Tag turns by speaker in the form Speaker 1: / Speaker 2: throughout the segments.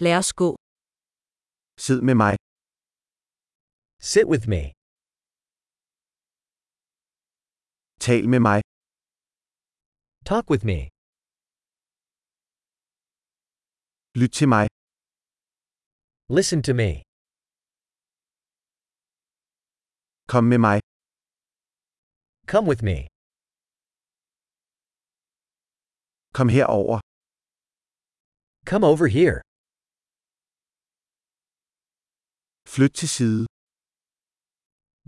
Speaker 1: Lad os gå.
Speaker 2: Sid med mig.
Speaker 3: Sit with me.
Speaker 2: Tal med mig.
Speaker 3: Talk with me.
Speaker 2: Lyt til mig.
Speaker 3: Listen to me.
Speaker 2: Kom med mig.
Speaker 3: Come with me.
Speaker 2: Kom herover.
Speaker 3: Come over here.
Speaker 2: Flyt til side.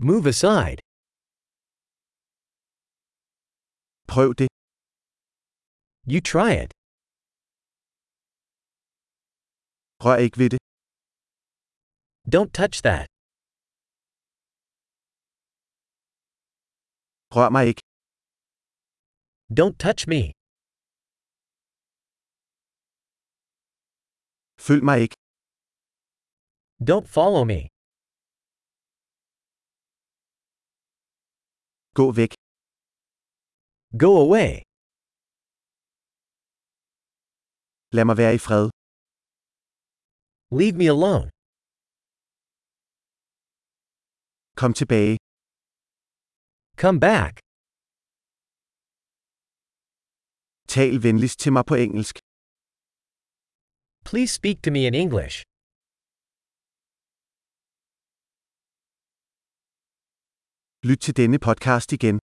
Speaker 3: Move aside.
Speaker 2: Prøv det.
Speaker 3: You try it.
Speaker 2: Rør ikke ved det.
Speaker 3: Don't touch that.
Speaker 2: Rør mig ikke.
Speaker 3: Don't touch me.
Speaker 2: Følg mig ikke.
Speaker 3: Don't follow me.
Speaker 2: Gå væk.
Speaker 3: Go away.
Speaker 2: Lad mig være i fred.
Speaker 3: Leave me alone.
Speaker 2: Kom tilbage.
Speaker 3: Come back.
Speaker 2: Tal venligst til mig på engelsk.
Speaker 3: Please speak to me in English.
Speaker 2: Lyt til denne podcast igen.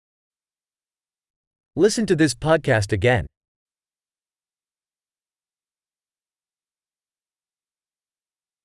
Speaker 3: Listen to this podcast again.